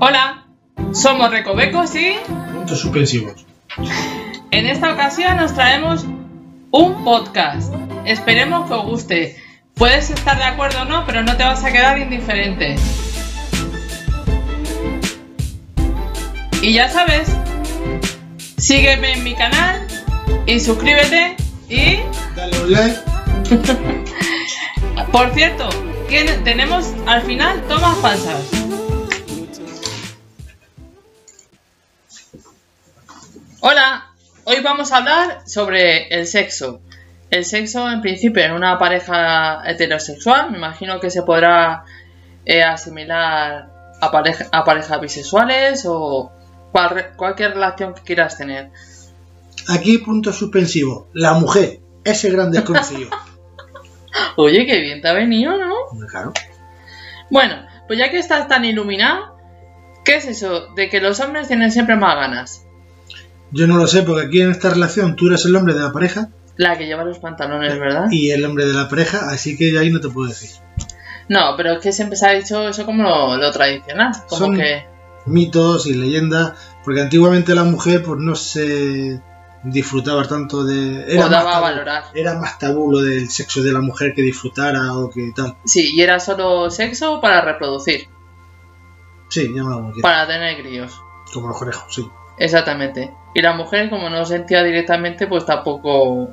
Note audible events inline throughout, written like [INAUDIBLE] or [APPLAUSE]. Hola, somos Recovecos y Puntos suspensivos. en esta ocasión nos traemos un podcast. Esperemos que os guste. Puedes estar de acuerdo o no, pero no te vas a quedar indiferente. Y ya sabes, sígueme en mi canal y suscríbete y Dale un like. Por cierto, ¿quién- tenemos al final tomas falsas. Hola, hoy vamos a hablar sobre el sexo. El sexo, en principio, en una pareja heterosexual, me imagino que se podrá eh, asimilar a, pareja- a parejas bisexuales o cual- cualquier relación que quieras tener. Aquí punto suspensivo. La mujer, ese gran [LAUGHS] desconocido. Oye, qué bien te ha venido, ¿no? Hombre, claro. Bueno, pues ya que estás tan iluminado, ¿qué es eso de que los hombres tienen siempre más ganas? Yo no lo sé, porque aquí en esta relación tú eres el hombre de la pareja La que lleva los pantalones, ¿verdad? y el hombre de la pareja, así que de ahí no te puedo decir. No, pero es que siempre se ha dicho eso como lo, lo tradicional, como Son- que... Mitos y leyendas, porque antiguamente la mujer pues no se disfrutaba tanto de... O daba más a tabú. valorar. Era más tabú lo del sexo de la mujer que disfrutara o que tal. Sí, y era solo sexo para reproducir, Sí, llámalo como quieras. para tener críos. Como los conejos, sí. Exactamente. Y la mujer, como no sentía directamente, pues tampoco...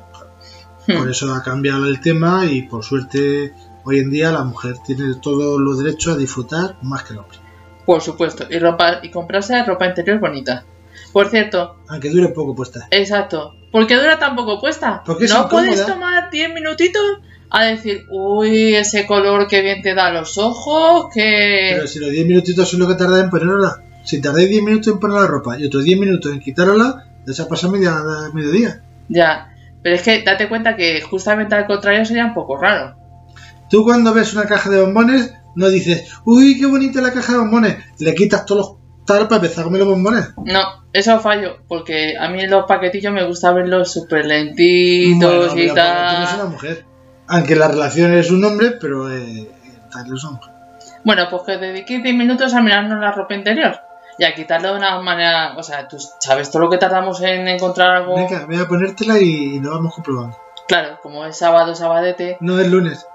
Hmm. Por eso ha cambiado el tema y por suerte hoy en día la mujer tiene todos los derechos a disfrutar más que el hombre. Por supuesto. Y, ropa, y comprarse ropa interior bonita. Por cierto, Aunque dure poco pues Eh. puesta. Exacto. ¿Por qué dura tan poco puesta? Porque es ¿No puedes incómoda. tomar 10 minutitos a decir, uy, ese color que bien te da a los ojos, que... Pero si los 10 minutitos son lo que tardáis en ponerla. Si tardáis 10 minutos en poner la ropa y otros 10 minutos en quitarla, ya se ha pasado media, mediodía. Ya. Pero es que date cuenta que justamente al contrario sería un poco raro. Tú cuando ves una caja de bombones no dices, uy, qué bonita la caja de bombones. Le quitas todos los tal para empezar a comer los bombones. No, eso fallo, porque a mí los paquetillos me gusta verlos súper lentitos y Bueno, mira, pues, porque tú eres tal. una mujer. Aunque la relación es un hombre, pero eh, tal es una mujer. Bueno, pues que dediquéis 10 minutos a mirarnos la ropa interior y a quitarla de una manera... O sea, tú sabes todo lo que tardamos en encontrar algo... Venga, voy a ponértela y, y lo vamos comprobando. Claro, como es sábado, sabadete... No es lunes,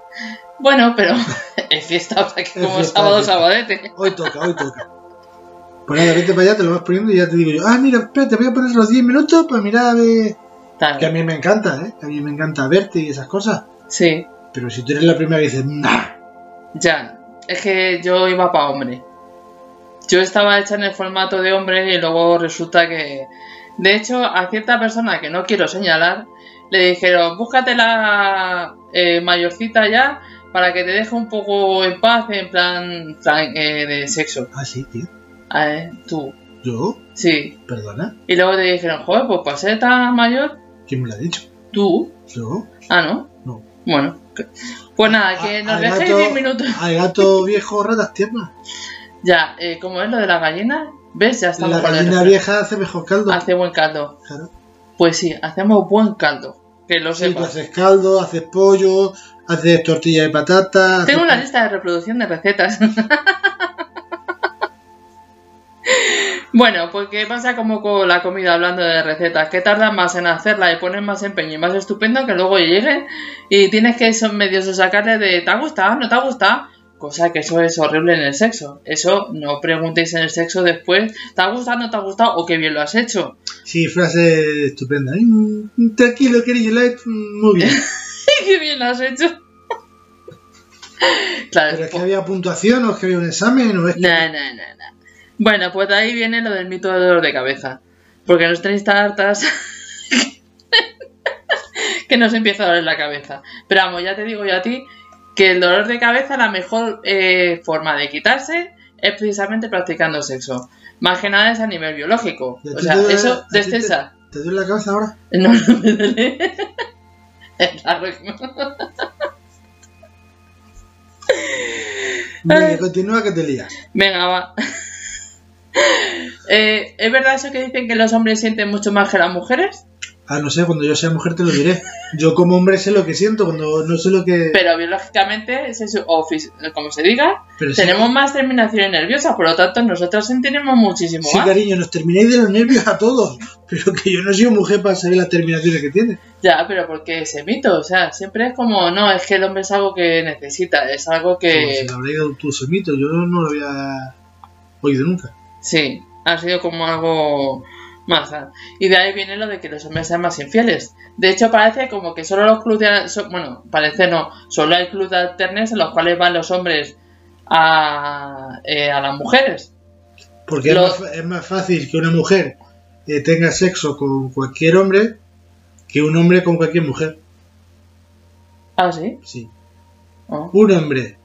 Bueno, [LAUGHS] pero [LAUGHS] es fiesta, o sea que Es como fiesta, sábado, es fiesta. sabadete. hoy toca, hoy toca. Pues nada, vete para allá, te lo vas poniendo y ya te digo yo, ah, mira, espérate, voy a poner los 10 minutos para mirar a ver... Claro, Que a mí me encanta, ¿eh? Que a mí me encanta verte y esas cosas. sí, Pero si tú eres la primera que dices, nah, ya. Es que yo iba para hombre. Yo estaba hecha en el formato de hombre y luego resulta que... De hecho, a cierta persona que no quiero señalar, le dijeron, búscate la eh, mayorcita ya para que te deje un poco en paz en plan, plan, eh, de sexo. ah, sí, tío, A ver, tú, yo, sí. perdona, Y luego te dijeron, joder, pues para ser tan mayor, ¿quién me lo ha dicho? tú, Yo, Ah, ¿no? No. Bueno. que- Pues nada, que A- nos al dejéis gato- 10 minutos. [LAUGHS] al gato viejo, ratas tiernas. Ya, eh, como es lo de la gallina, ¿ves? Ya La estamos con Ah, el gallina refrán. vieja hace mejor caldo. Hace buen caldo. Claro. Pues sí, hacemos buen caldo. Que lo Sí, pues tú sepas. haces caldo, haces pollo, haces tortilla de patata. Tengo haces- una lista de reproducción de recetas. [LAUGHS] bueno, pues qué pasa como con la comida, hablando de recetas, que tardan más en hacerla y ponen más empeño y más estupendo que luego lleguen y tienes que son medios o sacarle de ¿te ha gustado? ¿no te ha gustado? Cosa que eso es horrible en el sexo. Eso no preguntéis en el sexo después, ¿te ha gustado? ¿no te ha gustado? ¿O qué bien lo has hecho? [LAUGHS] Sí, frase estupenda. Mm, Tranquilo, querido, la he hecho [LAUGHS] muy bien. ¡Qué bien lo has hecho! [LAUGHS] claro, ¿Pero es po- que había puntuación o es que había un examen o es que... No, no, no, no. Bueno, pues de ahí viene lo del mito de dolor de cabeza. Porque nos tenéis tartas [LAUGHS] que nos empieza a doler la cabeza. Pero vamos, ya te digo yo a ti que el dolor de cabeza, la mejor eh, forma de quitarse es precisamente practicando sexo. Más que nada es a nivel biológico. ¿Y a O ti sea, te duele- a eso ti te- [LAUGHS] destensa. ¿Te duele la cabeza ahora? No, no me duele. [LAUGHS] Es la re- Venga, continúa que te lías. Venga, va. [LAUGHS] Eh, ¿Es verdad eso que dicen que los hombres sienten mucho más que las mujeres? Ah, no sé, cuando yo sea mujer te lo diré. Yo como hombre sé lo que siento, cuando no sé lo que... Pero biológicamente, se su- o fis- como se diga, Pero sí, tenemos más terminaciones nerviosas, por lo tanto nosotros sentiremos muchísimo sí, más. cariño, nos termináis de los nervios a todos. [LAUGHS] Pero que yo no soy mujer para saber las terminaciones que tiene. Ya, pero porque ese mito, o sea, siempre es como, no, es que el hombre es algo que necesita, es algo Como que... si te habréis dado tú ese mito, yo no lo había oído nunca. Sí, ha sido como algo más. ah. Y de ahí viene lo de que los hombres sean más infieles. De hecho, parece como que solo los clubs de al- so- bueno, parece no, solo hay clubs de alternes en los cuales van los hombres a, eh, a las mujeres. Porque Lo- es, más, fa- es más fácil que una mujer eh, tenga sexo con cualquier hombre que un hombre con cualquier mujer. Ah, sí. Sí. Oh. Un hombre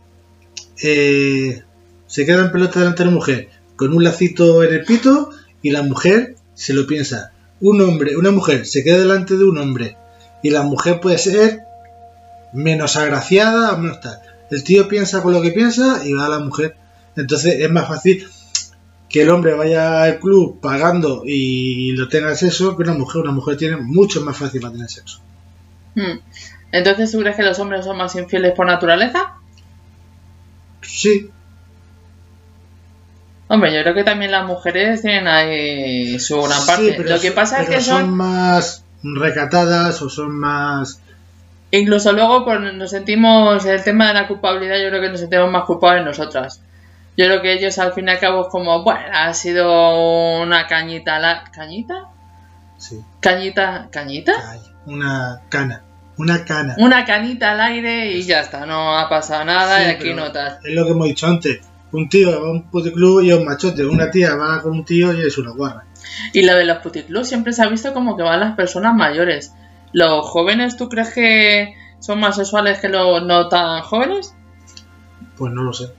eh, se queda en pelota delante de una mujer con un lacito en el pito y la mujer se lo piensa. Un hombre, una mujer se queda delante de un hombre y la mujer puede ser menos agraciada o menos tal. El tío piensa con lo que piensa y va a la mujer. Entonces es más fácil que el hombre vaya al club pagando y lo tenga el sexo que una mujer. Una mujer tiene mucho más fácil para tener sexo. Hmm. Entonces, ¿tú crees que los hombres son más infieles por naturaleza? Sí, Hombre, yo creo que también las mujeres tienen ahí su gran Sí, parte. pero lo que so- pasa es pero que son más recatadas o son más Incluso luego pues, nos sentimos, el tema de la culpabilidad, yo creo que nos sentimos más culpables nosotras. Yo creo que ellos al fin y al cabo es como, bueno, ha sido una cañita, la... ¿cañita? sí, ¿Cañita? ¿Cañita? ay, una cana una cana Una canita al aire y ya está, no ha pasado nada Sí, y aquí pero no tal. es lo que hemos dicho antes un tío va a un puticlub y es un machote una tía va con un tío y es una guarra Y lo de los puticlubs siempre se ha visto como que van las personas mayores. ¿Los jóvenes tú crees que son más sexuales que los no tan jóvenes? pues no lo sé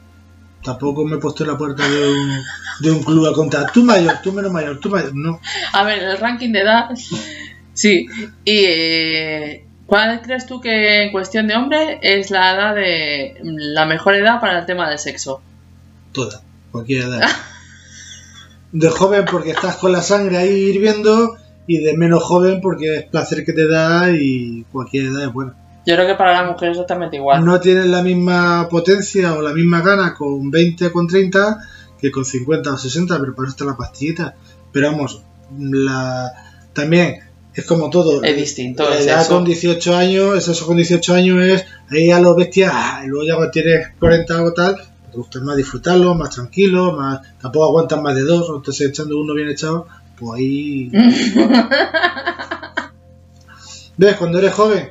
tampoco me he puesto en la puerta de un, de un club a contar tú mayor tú menos mayor tú mayor no A ver, el ranking de edad. [LAUGHS] Sí. ¿Y eh, cuál crees tú que en cuestión de hombre es la edad de la mejor edad para el tema del sexo? toda [LAUGHS] cualquier edad de joven porque estás con la sangre ahí hirviendo y de menos joven porque es placer que te da y cualquier edad es buena Yo creo que para la mujer es exactamente igual. no tienen la misma potencia o la misma gana con 20 o con 30 que con 50 o 60, pero para esto la pastillita. Pero vamos, la... también es como todo. Es distinto, eh, La es edad eso. con 18 años, es eso con 18 años es ahí a los bestias, ah, y luego ya cuando tienes 40 o tal, te gusta más disfrutarlo, más tranquilo, más tampoco aguantas más de dos, o entonces echando uno bien echado, pues ahí. ¿Ves? Cuando eres joven,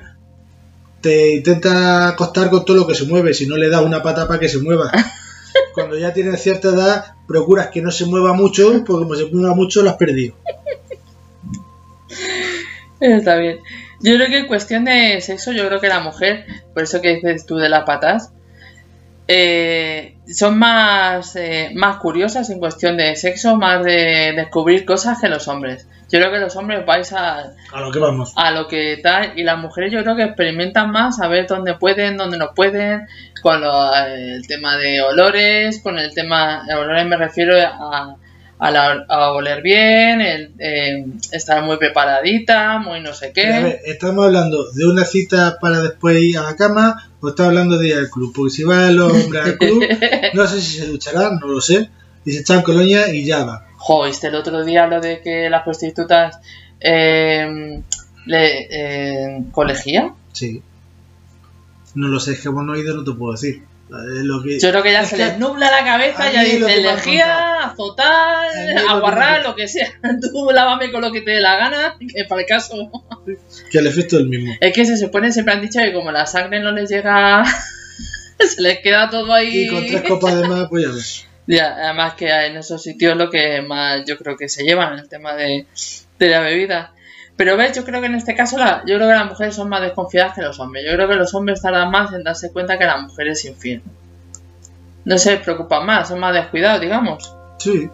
te intenta acostar con todo lo que se mueve, si no le das una pata para que se mueva. Cuando ya tienes cierta edad, procuras que no se mueva mucho, porque como se mueva mucho, lo has perdido. Está bien. Yo creo que en cuestión de sexo, yo creo que la mujer, por eso que dices tú de las patas, eh, son más, eh, más curiosas en cuestión de sexo, más de descubrir cosas que los hombres. Yo creo que los hombres vais a, A lo que vamos. a lo que tal y las mujeres yo creo que experimentan más a ver dónde pueden, dónde no pueden, con lo- el tema de olores, con el tema de olores me refiero a, a, la- a oler bien, el, eh, estar muy preparadita, muy no sé Pero, a qué. ver, ¿estamos hablando de una cita para después ir a la cama o estamos hablando de ir al club? Porque si van los hombres [LAUGHS] al club, no sé si se ducharán, no lo sé, y se echan colonia y ya va. Jo, ¿viste el otro día lo de que las prostitutas eh, le, eh, colegía? Sí. No lo sé, es que vos no has ido, no te puedo decir. Eh, Lo que... Yo creo que ya Es se que les nubla la a cabeza, mí ya es lo dicen que me han lejía, azotar, A mí es lo que me han aguarrar, contado. lo que sea. [LAUGHS] Tú lávame con lo que te dé la gana, que para el caso. que el efecto es el mismo. Es que se supone, siempre han dicho que como la sangre no les llega, [LAUGHS] se les queda todo ahí. Y con tres copas [LAUGHS] de más, pues ya ves. Ya, además que en esos sitios lo que más yo creo que se llevan, el tema de, de la bebida. Pero ves, yo creo que en este caso la, yo creo que las mujeres son más desconfiadas que los hombres. Yo creo que los hombres tardan más en darse cuenta que la mujer es infiel. No se preocupan más, son más descuidados, digamos. Sí.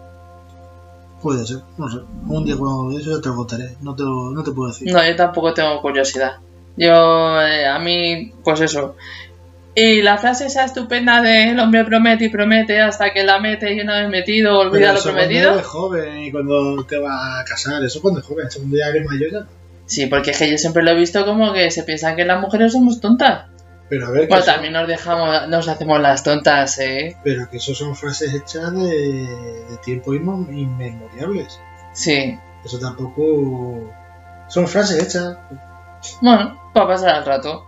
Puede ser, no sé. Un día cuando eso ya te lo contaré. No te, lo- no te puedo decir. No, yo tampoco tengo curiosidad. Yo, eh, a mí, pues eso. Y la frase esa estupenda de el hombre promete y promete hasta que la mete y una vez metido, Pero olvida lo eso cuando prometido. eres joven y cuando te vas a casar, eso cuando es joven, eso cuando ya eres mayor ya. Sí, porque es que yo siempre lo he visto como que se piensan que las mujeres somos tontas. Pero a ver, que Bueno, eso- también nos dejamos, nos hacemos las tontas, ¿eh? pero que eso son frases hechas de, de tiempos inmo- inmemoriales. Sí. Eso tampoco... Son frases hechas. Bueno, para pasar al rato.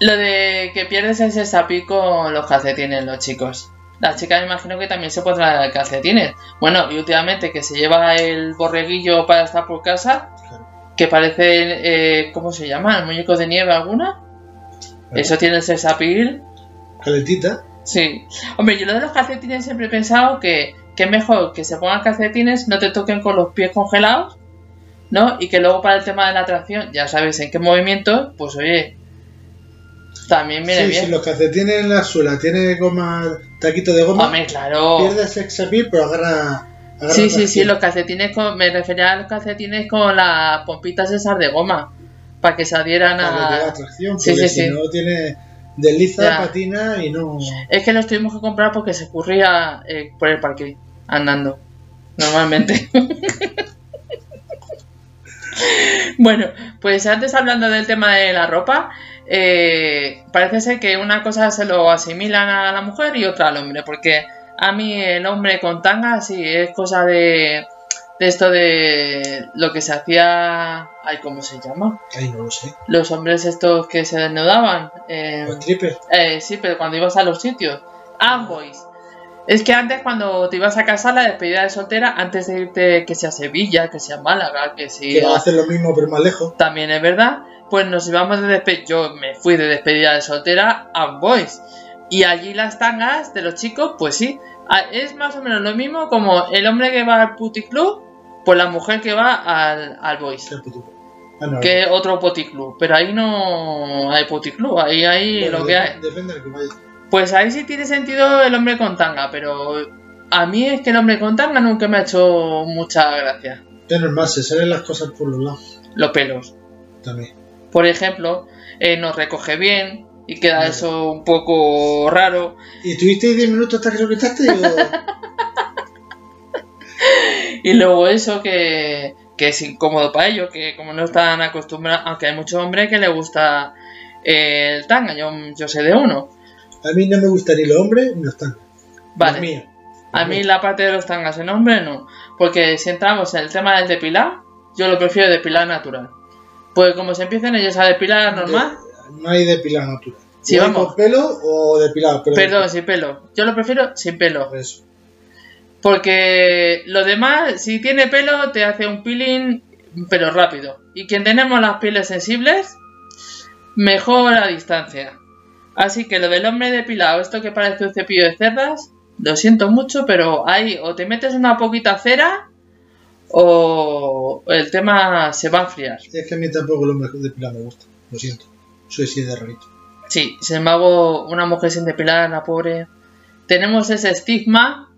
Lo de que pierdes ese sapico los calcetines, los chicos. Las chicas me imagino que también se pondrán calcetines. Bueno, y últimamente que se lleva el borreguillo para estar por casa, que parece, eh, ¿cómo se llama? ¿El muñeco de nieve alguna? Eso tiene el sexapil. Calentita. Sí. Hombre, yo lo de los calcetines siempre he pensado que, que es mejor que se pongan calcetines, no te toquen con los pies congelados, ¿no? Y que luego para el tema de la atracción, ya sabes en qué movimiento, pues oye, también viene sí, bien. si los calcetines en la suela tiene goma, taquito de goma, Hombre, claro. pierdes sex appeal, pero agarra... agarra Sí, sí, sí, tracción. los calcetines, con- me refería a los calcetines con las pompitas esas de goma, para que se adhieran Para que haga a... atracción, Sí, porque sí, si sí. no tiene... Desliza, Ya. patina y no... Es que los tuvimos que comprar porque se ocurría por el parque, andando, normalmente. [LAUGHS] bueno, pues antes hablando del tema de la ropa, eh, parece ser que una cosa se lo asimilan a la mujer y otra al hombre, porque a mí el hombre con tanga sí es cosa de, de esto de lo que se hacía, ay, ¿cómo se llama? Ay, no lo sé. Los hombres estos que se desnudaban. eh, Los tripes. eh, sí, pero cuando ibas a los sitios. Ah, boys. Es que antes cuando te ibas a casar, la despedida de soltera, antes de irte que sea a Sevilla, que sea a Málaga, que Que sea... van a hacer lo mismo, pero más lejos. También es verdad, pues nos íbamos de despedida... Yo me fui de despedida de soltera a boys. Y allí las tangas de los chicos, pues sí. a- Es más o menos lo mismo como el hombre que va al puticlub, pues la mujer que va al, al boys. Hostia, puto. Ah, no, Que es otro puticlub. Pero ahí no hay puticlub, ahí hay bueno, lo que dep- hay. Depende del que vaya. Pues ahí sí tiene sentido el hombre con tanga, pero a mí es que el hombre con tanga nunca me ha hecho mucha gracia. Es normal, se salen las cosas por los lados Los pelos. también. Por ejemplo, eh, nos recoge bien y queda Vale. eso un poco raro. ¿Y tuvisteis 10 minutos hasta que lo quitaste? [LAUGHS] O... Y luego eso que, que es incómodo para ellos, que como no están acostumbrados, aunque hay muchos hombres que les gusta eh, el tanga, yo, yo sé de uno. A mí no me gusta ni los hombres ni los tan. Vale. Los míos. A mí la parte de los tangas en hombre no, porque si entramos en el tema del depilar, yo lo prefiero depilar natural. Pues como se empiecen ellos a depilar normal, De- Eh, no hay depilado natural. Sí, o hay vamos. con pelo o depilado. Pero perdón, sin pelo. Yo lo prefiero sin pelo, Por eso. porque lo demás, si tiene pelo, te hace un peeling, pero rápido. Y quien tenemos las pieles sensibles, mejor a distancia. Así que lo del hombre depilado, esto que parece un cepillo de cerdas, lo siento mucho, pero ahí o te metes una poquita cera o el tema se va a enfriar. Es que a mí tampoco los hombres depilados me gusta. Lo siento. Soy así de rarito. Sí, sin embargo, una mujer sin depilar, la pobre. Tenemos ese estigma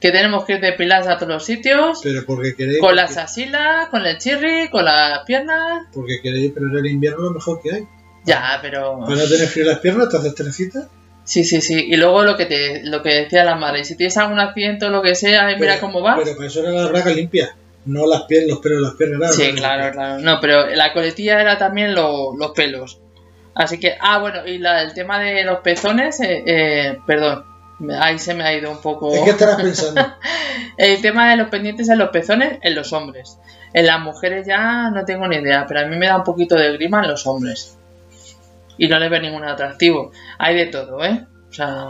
que tenemos que ir depiladas a todos los sitios, Pero porque queréis. con porque, las asilas, con el chirri, con las piernas. porque queréis, pero en el invierno lo mejor que Ah. hay. Ah. Ya, pero... Para no tener frío en las piernas, te haces trencitas. Sí, sí, sí. Y luego lo que te, lo que decía la madre, si tienes algún accidente o lo que sea, eh, mira Pero- cómo va. Pero para eso era la braga limpia. No las piernas, los pelos, las piernas. nada, Sí, nada, claro, nada. claro. No, pero la coletilla era también lo- los pelos. Así que, ah, bueno, y la- el tema de los pezones, eh, eh, perdón, ahí se me ha ido un poco. Es que estarás pensando. El tema de los pendientes en los pezones, en los hombres. En las mujeres ya no tengo ni idea, pero a mí me da un poquito de grima en los hombres. Y no les ve ningún atractivo. Hay de todo, ¿eh? O sea,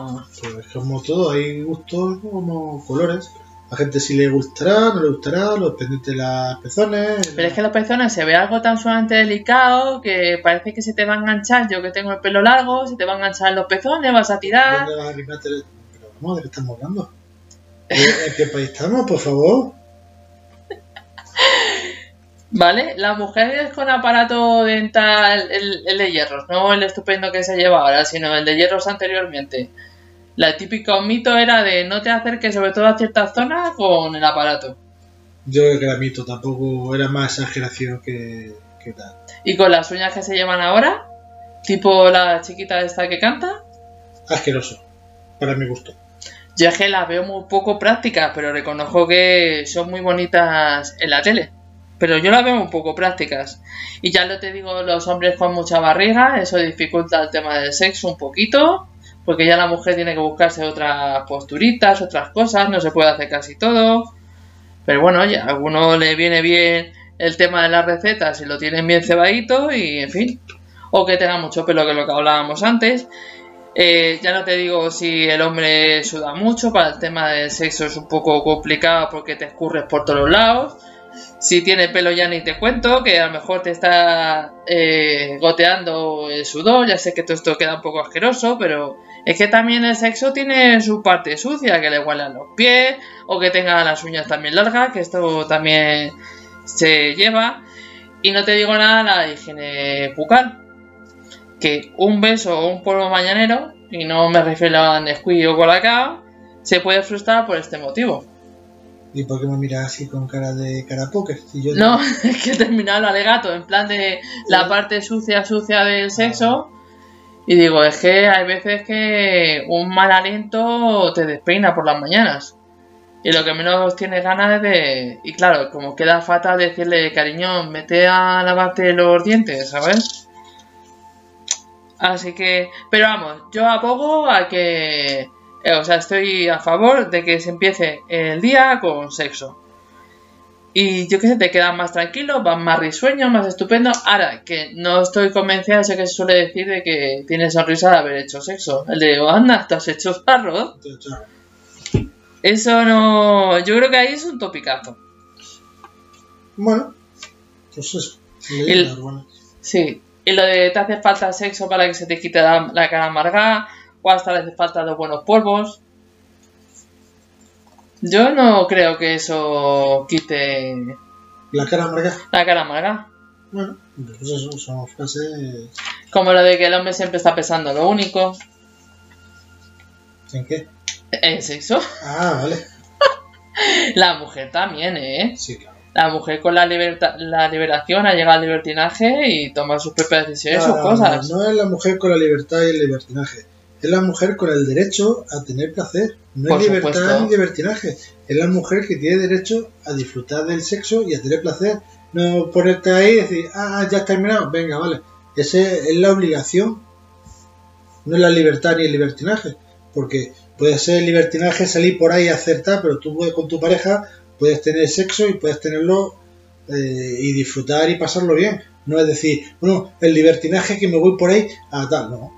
Pues como todo, hay gustos como colores. A gente si le gustará, no le gustará, los pendientes de las pezones. pero es que los pezones se ve algo tan sumamente delicado que parece que se te va a enganchar. Yo que tengo el pelo largo, se te va a enganchar en los pezones, vas a tirar. ¿Dónde vas a arrimarte el- Pero vamos, ¿de qué estamos hablando? Eh, ¿En qué país estamos, por favor? ¿Vale? Las mujeres con aparato dental, el, el de hierros, no el estupendo que se lleva ahora, sino el de hierros anteriormente. La típica mito era de no te acerques, sobre todo a ciertas zonas, con el aparato. Yo creo que era mito, tampoco era más exageración que, que tal. Y con las uñas que se llevan ahora, tipo la chiquita esta que canta, Asqueroso, para mi gusto. yo es que las veo muy poco prácticas, pero reconozco que son muy bonitas en la tele. Pero yo las veo un poco prácticas. Y ya lo te digo, los hombres con mucha barriga, eso dificulta el tema del sexo un poquito, porque ya la mujer tiene que buscarse otras posturitas, otras cosas, no se puede hacer casi todo. Pero bueno, ya a alguno le viene bien el tema de las recetas si lo tienen bien cebadito y en fin. O que tenga mucho pelo, que es lo que hablábamos antes. Eh, ya no te digo si el hombre suda mucho, para el tema del sexo es un poco complicado porque te escurres por todos lados. Si tiene pelo ya ni te cuento, que a lo mejor te está eh, goteando el sudor, ya sé que todo esto queda un poco asqueroso, pero es que también el sexo tiene su parte sucia, que le huelan los pies o que tenga las uñas también largas, que esto también se lleva. Y no te digo nada la higiene bucal, que un beso o un polvo mañanero, y no me refiero a Nesquí o Colacao, se puede frustrar por este motivo. ¿Y por qué me miras así con cara de cara póker? Si yo No, es [LAUGHS] que he terminado el alegato, en plan de la parte sucia, sucia del sexo. Y digo, es que hay veces que un mal aliento te despeina por las mañanas. Y lo que menos tienes ganas es de... Y claro, como queda fatal decirle, cariño, mete a lavarte los dientes, ¿sabes? Así que... Pero vamos, yo abogo a que... eh, O sea, estoy a favor de que se empiece el día con sexo. Y yo qué sé, te quedas más tranquilo, vas más risueño, más estupendo. Ahora, que no estoy convencida, sé que se suele decir de que tienes sonrisa de haber hecho sexo. El de, anda, te has hecho arroz. Entonces, claro, Eso no. Yo creo que ahí es un topicazo. Bueno, pues eso. Le El- digo, bueno. Sí. Y lo de te hace falta sexo para que se te quite la, la cara amargada, o hasta le hace falta los buenos polvos. Yo no creo que eso quite La cara amarga. la cara amargada. Bueno, pues eso, son frases. Como lo de que el hombre siempre está pesando lo único. ¿En qué? El sexo. Ah, vale. La mujer también, ¿eh? Sí, claro. La mujer con la, liberta- la liberación ha llegado al libertinaje y toma sus propias decisiones, sus No, Ah, no, cosas. No, no es la mujer con la libertad y el libertinaje. Es la mujer con el derecho a tener placer. No Por es libertad supuesto. ni libertinaje. Es la mujer que tiene derecho a disfrutar del sexo y a tener placer. No ponerte ahí y decir, ah, ya has terminado. Venga, vale. Esa es la obligación. No es la libertad ni el libertinaje. Porque puede ser libertinaje salir por ahí y acertar, pero tú puedes- con tu pareja puedes tener sexo y puedes tenerlo eh, y disfrutar y pasarlo bien. No es decir, bueno, el libertinaje que me voy por ahí a tal, no.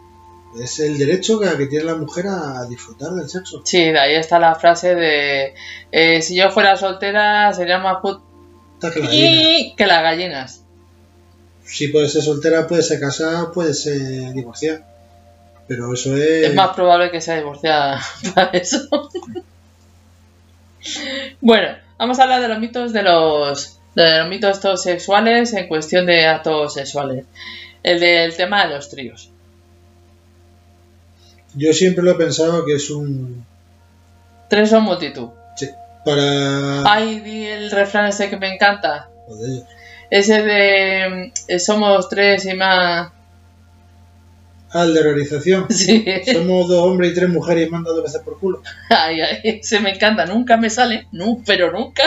Es el derecho que, que tiene la mujer a disfrutar del sexo. Sí, de ahí está la frase de eh, si yo fuera soltera sería más put Está claro. y que las gallinas. Si puede ser soltera, puede ser casada, puede ser divorciada. Pero eso es. Es más probable que sea divorciada [LAUGHS] para eso. bueno, vamos a hablar de los mitos de los, de los mitos estos sexuales en cuestión de actos sexuales. El del tema de los tríos. Yo siempre lo he pensado que es un. Tres o multitud. Para. Ay, di el refrán ese que me encanta. Joder, Ese de mm, somos tres y más. [LAUGHS] al de organización. Sí. Somos dos hombres y tres mujeres y manda dos veces por culo. Ay, ay, se me encanta, nunca me sale, nu- pero nunca.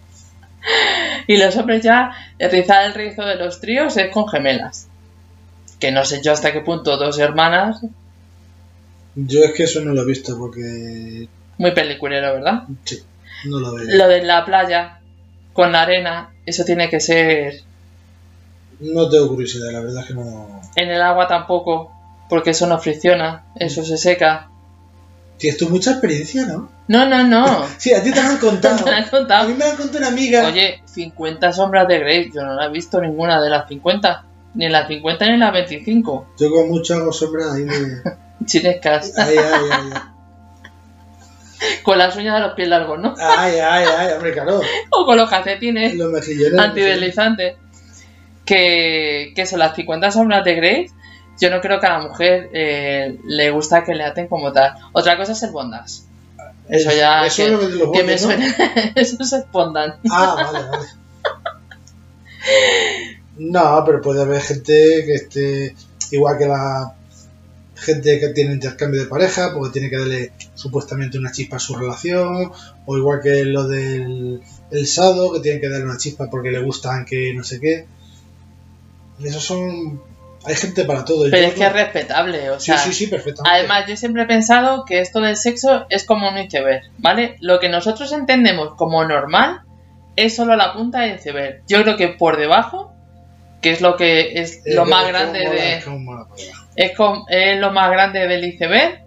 [LAUGHS] y los hombres ya, eh, rizar el rizo de los tríos es con gemelas. Que no sé yo hasta qué punto dos hermanas, Yo es que eso no lo he visto porque. muy peliculero, ¿verdad? Sí, no lo veo. Lo de la playa, con la arena, eso tiene que ser No tengo curiosidad, la verdad es que no. en el agua tampoco, porque eso no fricciona, eso se seca. Tienes tú mucha experiencia, ¿no? No, no, no. Sí, a ti te lo [LAUGHS] han contado. Me han A contado. mí me han contado una amiga. Oye, 50 sombras de Grey, yo no la he visto ninguna de las 50. Ni las 50 ni las 25. Yo con mucho hago sombra ahí de. Chinescas. Ay, ay, ay, ay. Con las uñas de los pies largos, ¿no? [LAUGHS] Ay, ay, ay, hombre, claro. O con los calcetines Los mejillones. antideslizantes. Que, que son las 50 sombras de Grey. Yo no creo que a la mujer eh, le gusta que le aten como tal. Otra cosa es el bondage. Eso ya. Eso que, es lo que te lo que me pones, ¿no? suena. [LAUGHS] Eso es bondan. Ah, vale, vale. No, pero puede haber gente que esté. Igual que la. gente que tiene intercambio de pareja porque tiene que darle supuestamente una chispa a su relación, o igual que lo del el sado, que tienen que darle una chispa porque le gustan que no sé qué. Esos son. Hay gente para todo. Pero Yo es que es no- respetable, o Sí, sea. sí, sí, perfectamente. Además, yo siempre he pensado que esto del sexo es como un iceberg, ¿vale? Lo que nosotros entendemos como normal es solo la punta del iceberg. Yo creo que por debajo, que es lo que es Es lo Eh, que- más es que grande mola, de es que mola para allá. es, com- es lo más grande del iceberg.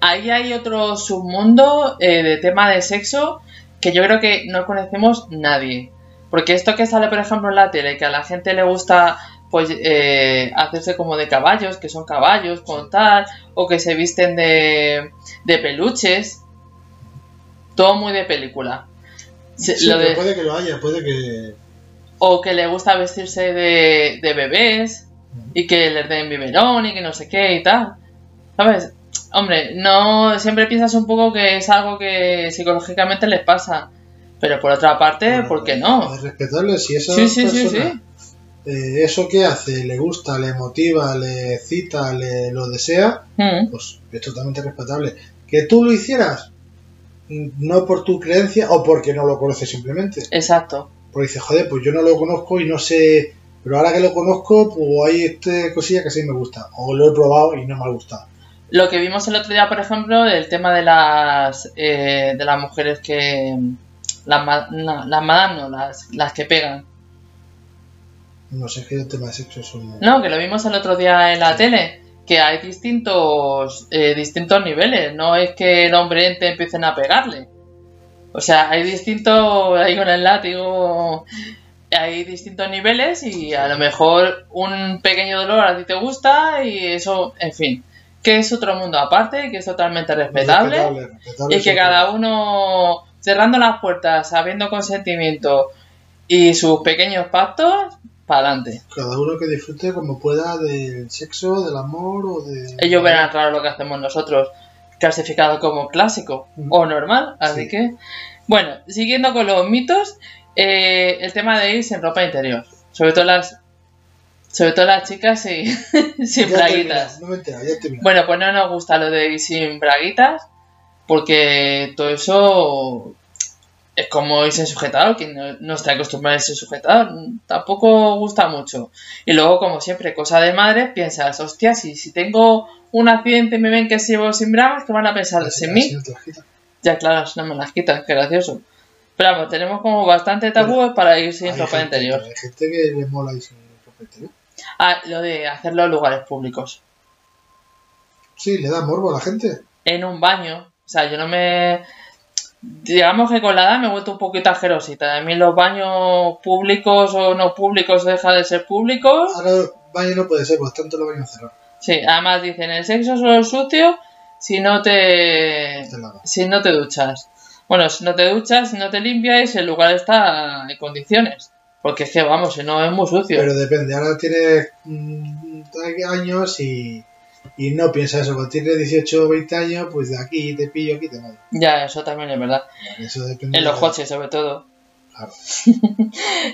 Ahí hay otro submundo eh, de tema de sexo que yo creo que no conocemos nadie. Porque esto que sale, por ejemplo, en la tele, que a la gente le gusta pues eh, hacerse como de caballos, que son caballos con tal, o que se visten de, de peluches. Todo muy de película. Se- Sí, lo pero de- Eh, puede que lo haya, puede que. o que le gusta vestirse de, de bebés y que les den biberón y que no sé qué y tal. ¿Sabes? Hombre, no siempre piensas un poco que es algo que psicológicamente les pasa. Pero por otra parte, bueno, eh, ¿por qué no? Es respetable si esa Sí, sí, sí, persona sí. eh, eso que hace le gusta, le motiva, le cita, le lo desea, Mm, pues es totalmente respetable. Que tú lo hicieras, mm, no por tu creencia o porque no lo conoces simplemente. Exacto. Porque dices, joder, pues yo no lo conozco y no sé, pero ahora que lo conozco, pues hay este cosilla que sí me gusta. O lo he probado y no me ha gustado. Lo que vimos el otro día, por ejemplo, el tema de las eh, de las mujeres que las ma- no, las madame no, las, las que pegan. No sé qué tema de sexo es un... No, que lo vimos el otro día en la tele, que hay distintos, eh, distintos niveles, no es que el hombre entre empiecen a pegarle. O sea, hay distintos, hay con el látigo, hay distintos niveles y a lo mejor un pequeño dolor a ti te gusta y eso, en fin, que es otro mundo aparte, que es totalmente respetable. respetable, Y que siempre. cada uno cerrando las puertas, habiendo consentimiento y sus pequeños pactos, para adelante. Cada uno que disfrute como pueda del sexo, del amor o de... ellos verán raro lo que hacemos nosotros, clasificado como clásico Ujú. o normal, así Sí. que... Bueno, siguiendo con los mitos, eh, el tema de irse en ropa interior, sobre todo las... Sobre todo las chicas y Ya sin [LAUGHS] he terminado, braguitas. No me he enterado, ya he terminado. Bueno, pues no nos gusta lo de ir sin braguitas, porque todo eso es como irse en sujetador, que no, no está acostumbrado a irse en sujetador, tampoco gusta mucho. Y luego, como siempre, cosa de madre, piensas, hostia, si, si tengo un accidente y me ven que llevo sin bragas, ¿qué van a pensar de Así- sin así mí? no te la quitas. Ya, claro, si no me las quitan, qué gracioso. Pero vamos, tenemos como bastante tabúes para ir sin Hay ropa gente- interior. Hay gente que le mola y sin ropa interior. Ah, lo de hacerlo en lugares públicos. Sí, le da morbo a la gente. en un baño. O sea, yo no me. Digamos que con la edad me he vuelto un poquito ajerosita. A mí los baños públicos o no públicos deja de ser públicos. Ahora baño no puede ser, por tanto lo baño cerrado. Sí, además dicen el sexo solo es sucio si no te. Te lava. si no te duchas. Bueno, si no te duchas, si no te limpias, el lugar está en condiciones. Porque es que vamos, si no es muy sucio. Pero depende, ahora tienes mm, años y, y no piensas eso. Cuando tienes 18 o 20 años, pues de aquí te pillo, aquí te mato. Ya, eso también es verdad. Eso depende. En los de- coches, sobre todo. Claro.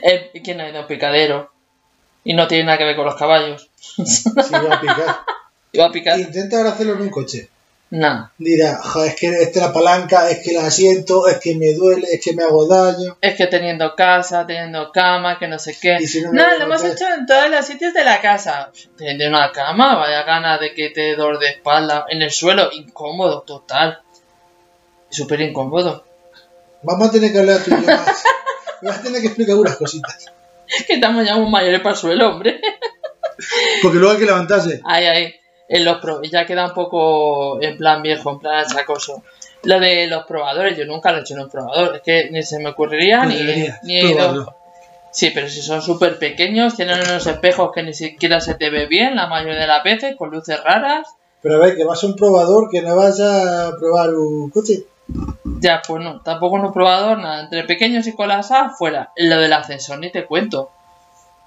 El, ¿Quién hay los picaderos? Y no tiene nada que ver con los caballos. Si va [LAUGHS] a picar. Iba a picar. Intenta ahora hacerlo en un coche. Nada. Dirá, "Jo, es que esta es la palanca, es que la asiento, es que me duele, es que me hago daño. Es que teniendo casa, teniendo cama, que no sé qué. Y si no, no me voy a lo hemos levantar. hecho en todos los sitios de la casa. Teniendo una cama, vaya gana de que te dor de espalda en el suelo. Incómodo, total. Súper incómodo. [LAUGHS] Vamos a tener que hablar tú y yo más. Me vas a tener que explicar unas cositas. Es que estamos ya muy mayores para el suelo, hombre. [LAUGHS] Porque luego hay que levantarse. Ay, ay. En los pro- ya queda un poco en plan viejo, en plan achacoso. Lo de los probadores, yo nunca lo he hecho en un probador. Es que ni se me ocurriría Ah, ni, Debería, ni he ido. probarlo. Sí, pero si son súper pequeños, tienen unos espejos que ni siquiera se te ve bien la mayoría de las veces, con luces raras. Pero a ver, que vas a un probador que no vas a probar un coche. Ya, pues no, tampoco en un probador, nada. Entre pequeños y con las A, fuera. Lo del ascensor ni te cuento.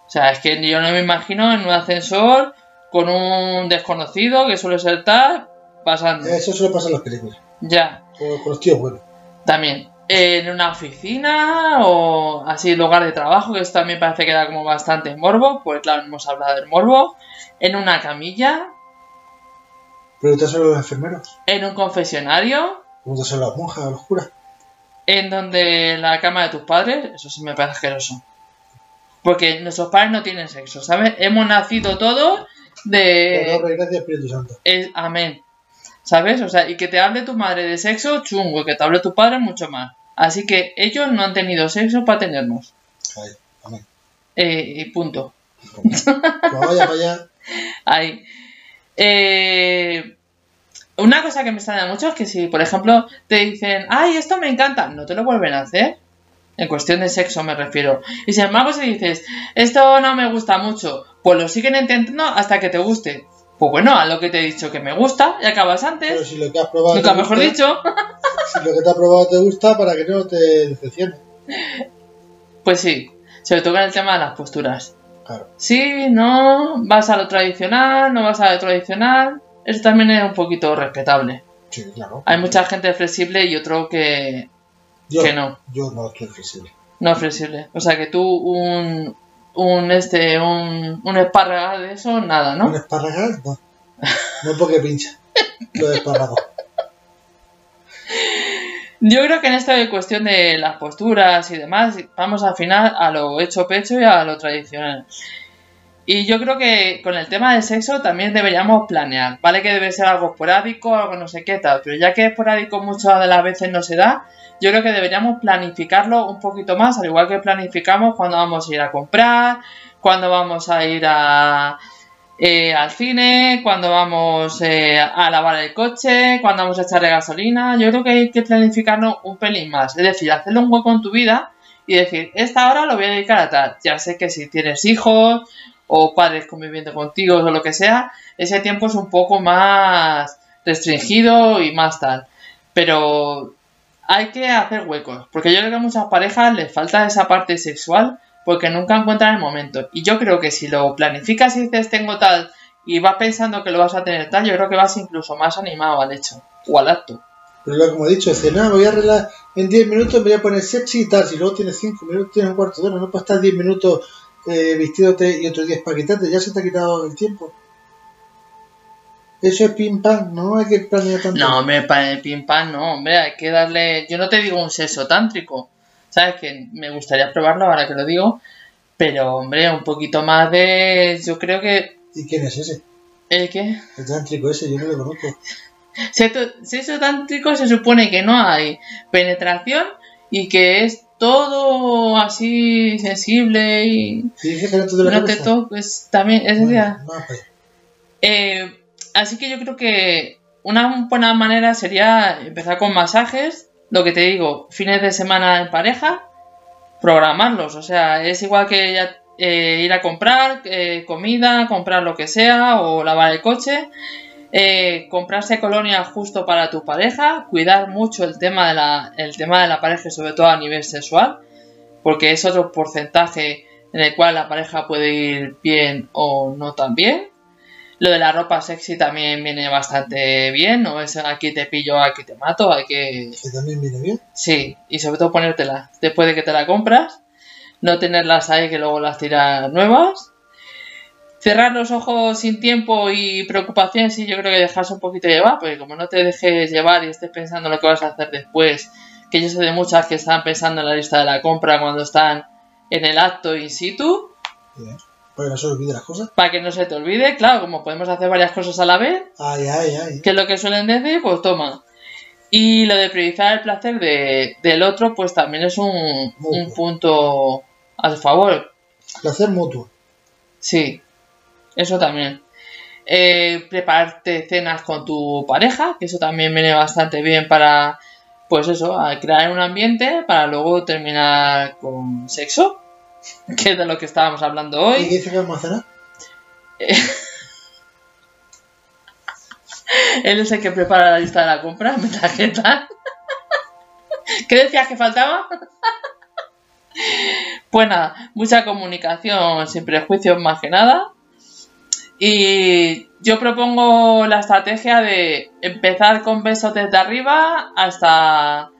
O sea, es que yo no me imagino en un ascensor con un desconocido que suele ser tal, pasando. Eso solo pasa en las películas. Ya, O con los tíos buenos. también. En una oficina o así, lugar de trabajo, que eso también parece que da como bastante morbo, pues claro, hemos hablado del morbo. En una camilla, Pregúntaselo a los enfermeros, en un confesionario, pregúntaselo a las monjas, a los curas. en donde la cama de tus padres, eso sí me parece asqueroso. Porque nuestros padres no tienen sexo, ¿sabes? Hemos nacido todos Por de... obra y gracia del Espíritu Santo. es- amén. ¿Sabes? O sea, y que te hable tu madre de sexo, chungo, y que te hable tu padre mucho más. Así que ellos no han tenido sexo para tenernos. Ahí, amén. Eh, y punto. Pues vaya, [LAUGHS] vaya. Ahí. Eh, una cosa que me extraña mucho es que si, por ejemplo, te dicen, ay, esto me encanta, no te lo vuelven a hacer. En cuestión de sexo me refiero. Y sin embargo, si dices, esto no me gusta mucho, pues lo siguen intentando hasta que te guste. Pues bueno, a lo que te he dicho que me gusta, y acabas Pero antes, si lo que has probado. nunca Pues, te mejor gusta, dicho. Si lo que te has probado te gusta, para que no te decepciones. Pues sí, sobre todo con el tema de las posturas. Claro. Sí, no, vas a lo tradicional, no vas a lo tradicional. Eso también es un poquito respetable. Sí, claro. Hay mucha gente flexible y otro que, Yo, que no, yo no estoy flexible. no es flexible. O sea que tú un, un este, un, un espárrago de eso, nada, ¿Un ¿no? espárrago? No. No porque pincha. Lo de espárrago. Yo creo que en esta cuestión de las posturas y demás, vamos al final a lo hecho pecho y a lo tradicional. Y yo creo que con el tema del sexo también deberíamos planear, ¿vale? Que debe ser algo esporádico, algo no sé qué tal, pero ya que esporádico muchas de las veces no se da, yo creo que deberíamos planificarlo un poquito más, al igual que planificamos cuándo vamos a ir a comprar, cuándo vamos a ir a, eh, al cine, cuándo vamos eh, a lavar el coche, cuándo vamos a echarle gasolina. Yo creo que hay que planificarlo un pelín más, es decir, hacerle un hueco en tu vida y decir, esta hora lo voy a dedicar a tal. Ya sé que si tienes hijos o padres conviviendo contigo o lo que sea, ese tiempo es un poco más restringido y más tal. Pero hay que hacer huecos, porque yo creo que a muchas parejas les falta esa parte sexual porque nunca encuentran el momento. Y yo creo que si lo planificas y dices tengo tal y vas pensando que lo vas a tener tal, yo creo que vas incluso más animado al hecho o al acto. Pero lo que hemos dicho, dice, no, voy a arreglar en 10 minutos, me voy a poner sexy y tal. Si luego tienes 5 minutos, tienes un cuarto de hora, no puedes estar 10 minutos eh, vistiéndote y otros 10 para quitarte, ya se te ha quitado el tiempo. Eso es pim pam, no hay que planear tanto. No, hombre, para el pim pam no, hombre, hay que darle. Yo no te digo un sexo tántrico, ¿sabes? Que me gustaría probarlo ahora que lo digo, pero hombre, un poquito más de. Yo creo que. ¿Y quién es ese? ¿El qué? El tántrico ese, yo no lo conozco. Sexo, sexo tántrico se supone que no hay penetración y que es todo así sensible y. ¿Y dice que no te duele la No te cabeza? toques, pues, también. Es Bueno, decir, no, pues, Eh, así que yo creo que una buena manera sería empezar con masajes, lo que te digo, fines de semana en pareja, programarlos. O sea, es igual que ya, eh, ir a comprar eh, comida, comprar lo que sea o lavar el coche. eh, comprarse colonia justo para tu pareja, cuidar mucho el tema de la, el tema de la pareja, y sobre todo a nivel sexual, porque es otro porcentaje en el cual la pareja puede ir bien o no tan bien. Lo de la ropa sexy también viene bastante bien, no es aquí te pillo, aquí te mato, hay que... que también viene bien. Sí, y sobre todo ponértela después de que te la compras, no tenerlas ahí que luego las tiras nuevas. Cerrar los ojos sin tiempo y preocupación, sí, yo creo que dejarse un poquito llevar, porque como no te dejes llevar y estés pensando lo que vas a hacer después, que yo sé de muchas que están pensando en la lista de la compra cuando están en el acto in situ, Bien. Para que no se olvide las cosas. para que no se te olvide, claro, como podemos hacer varias cosas a la vez, Ay, ay, ay. que es lo que suelen decir, pues toma. Y lo de priorizar el placer de- del otro, pues también es un, Muy un bien. punto al favor, Placer mutuo. sí, eso también. Eh, prepararte cenas con tu pareja, que eso también viene bastante bien para, pues eso, a crear un ambiente para luego terminar con sexo, [LAUGHS] que es de lo que estábamos hablando hoy. ¿Y qué dice que vamos a cenar? Él es el que prepara la lista de la compra, mi tarjeta. ¿Qué decías que faltaba? Pues nada, mucha comunicación sin prejuicios más que nada. Y yo propongo la estrategia de empezar con besos desde arriba hasta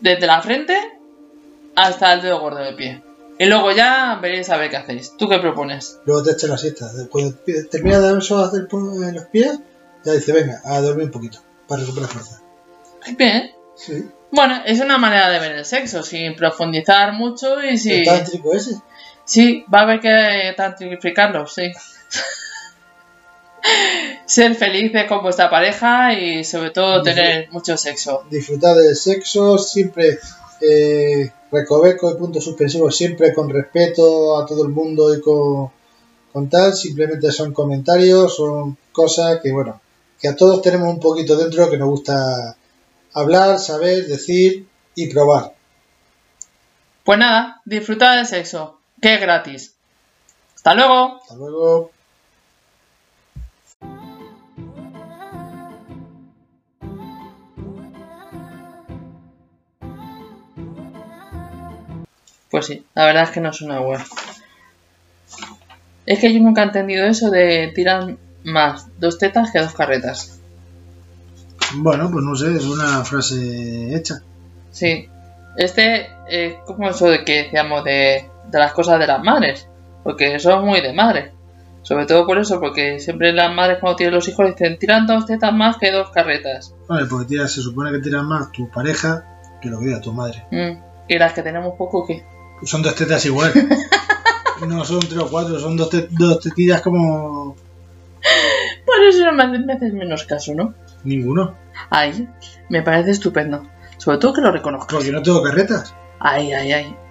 desde la frente hasta el dedo gordo del pie. Y luego ya veréis a ver qué hacéis. ¿Tú qué propones? Luego te echas la siesta. Cuando terminas de dar eso en los pies, Ya dice, venga, a dormir un poquito, para recuperar fuerza. Bien. Sí. Bueno, es una manera de ver el sexo, sin profundizar mucho y El si... tántrico ese. Sí, va a haber que tantrificarlo, sí. [LAUGHS] Ser felices con vuestra pareja y sobre todo Sí. tener mucho sexo. Disfrutar del sexo, siempre eh, recoveco y puntos suspensivos, siempre con respeto a todo el mundo y con, con tal. Simplemente son comentarios, son cosas que, bueno, que a todos tenemos un poquito dentro que nos gusta hablar, saber, decir y probar. Pues nada, disfrutad del sexo, que es gratis. Hasta luego. Hasta luego. Pues sí, la verdad es que no es una web. Es que yo nunca he entendido eso de tiran más dos tetas que dos carretas. Bueno, pues no sé, es una frase hecha. Sí. Este eh, como eso de que decíamos de, de las cosas de las madres. Porque eso es muy de madre. Sobre todo por eso, porque siempre las madres cuando tienen los hijos dicen tiran dos tetas más que dos carretas. Vale, porque tira, se supone que tiras más tu pareja que lo que diga tu madre. Mm, Y las que tenemos poco que... Son dos tetas igual. no son tres o cuatro, son dos, te- dos tetillas como Bueno, eso me me haces menos caso, ¿no? ninguno. Ay, me parece estupendo. Sobre todo que lo reconozco. Porque no tengo carretas. Ay, ay, ay.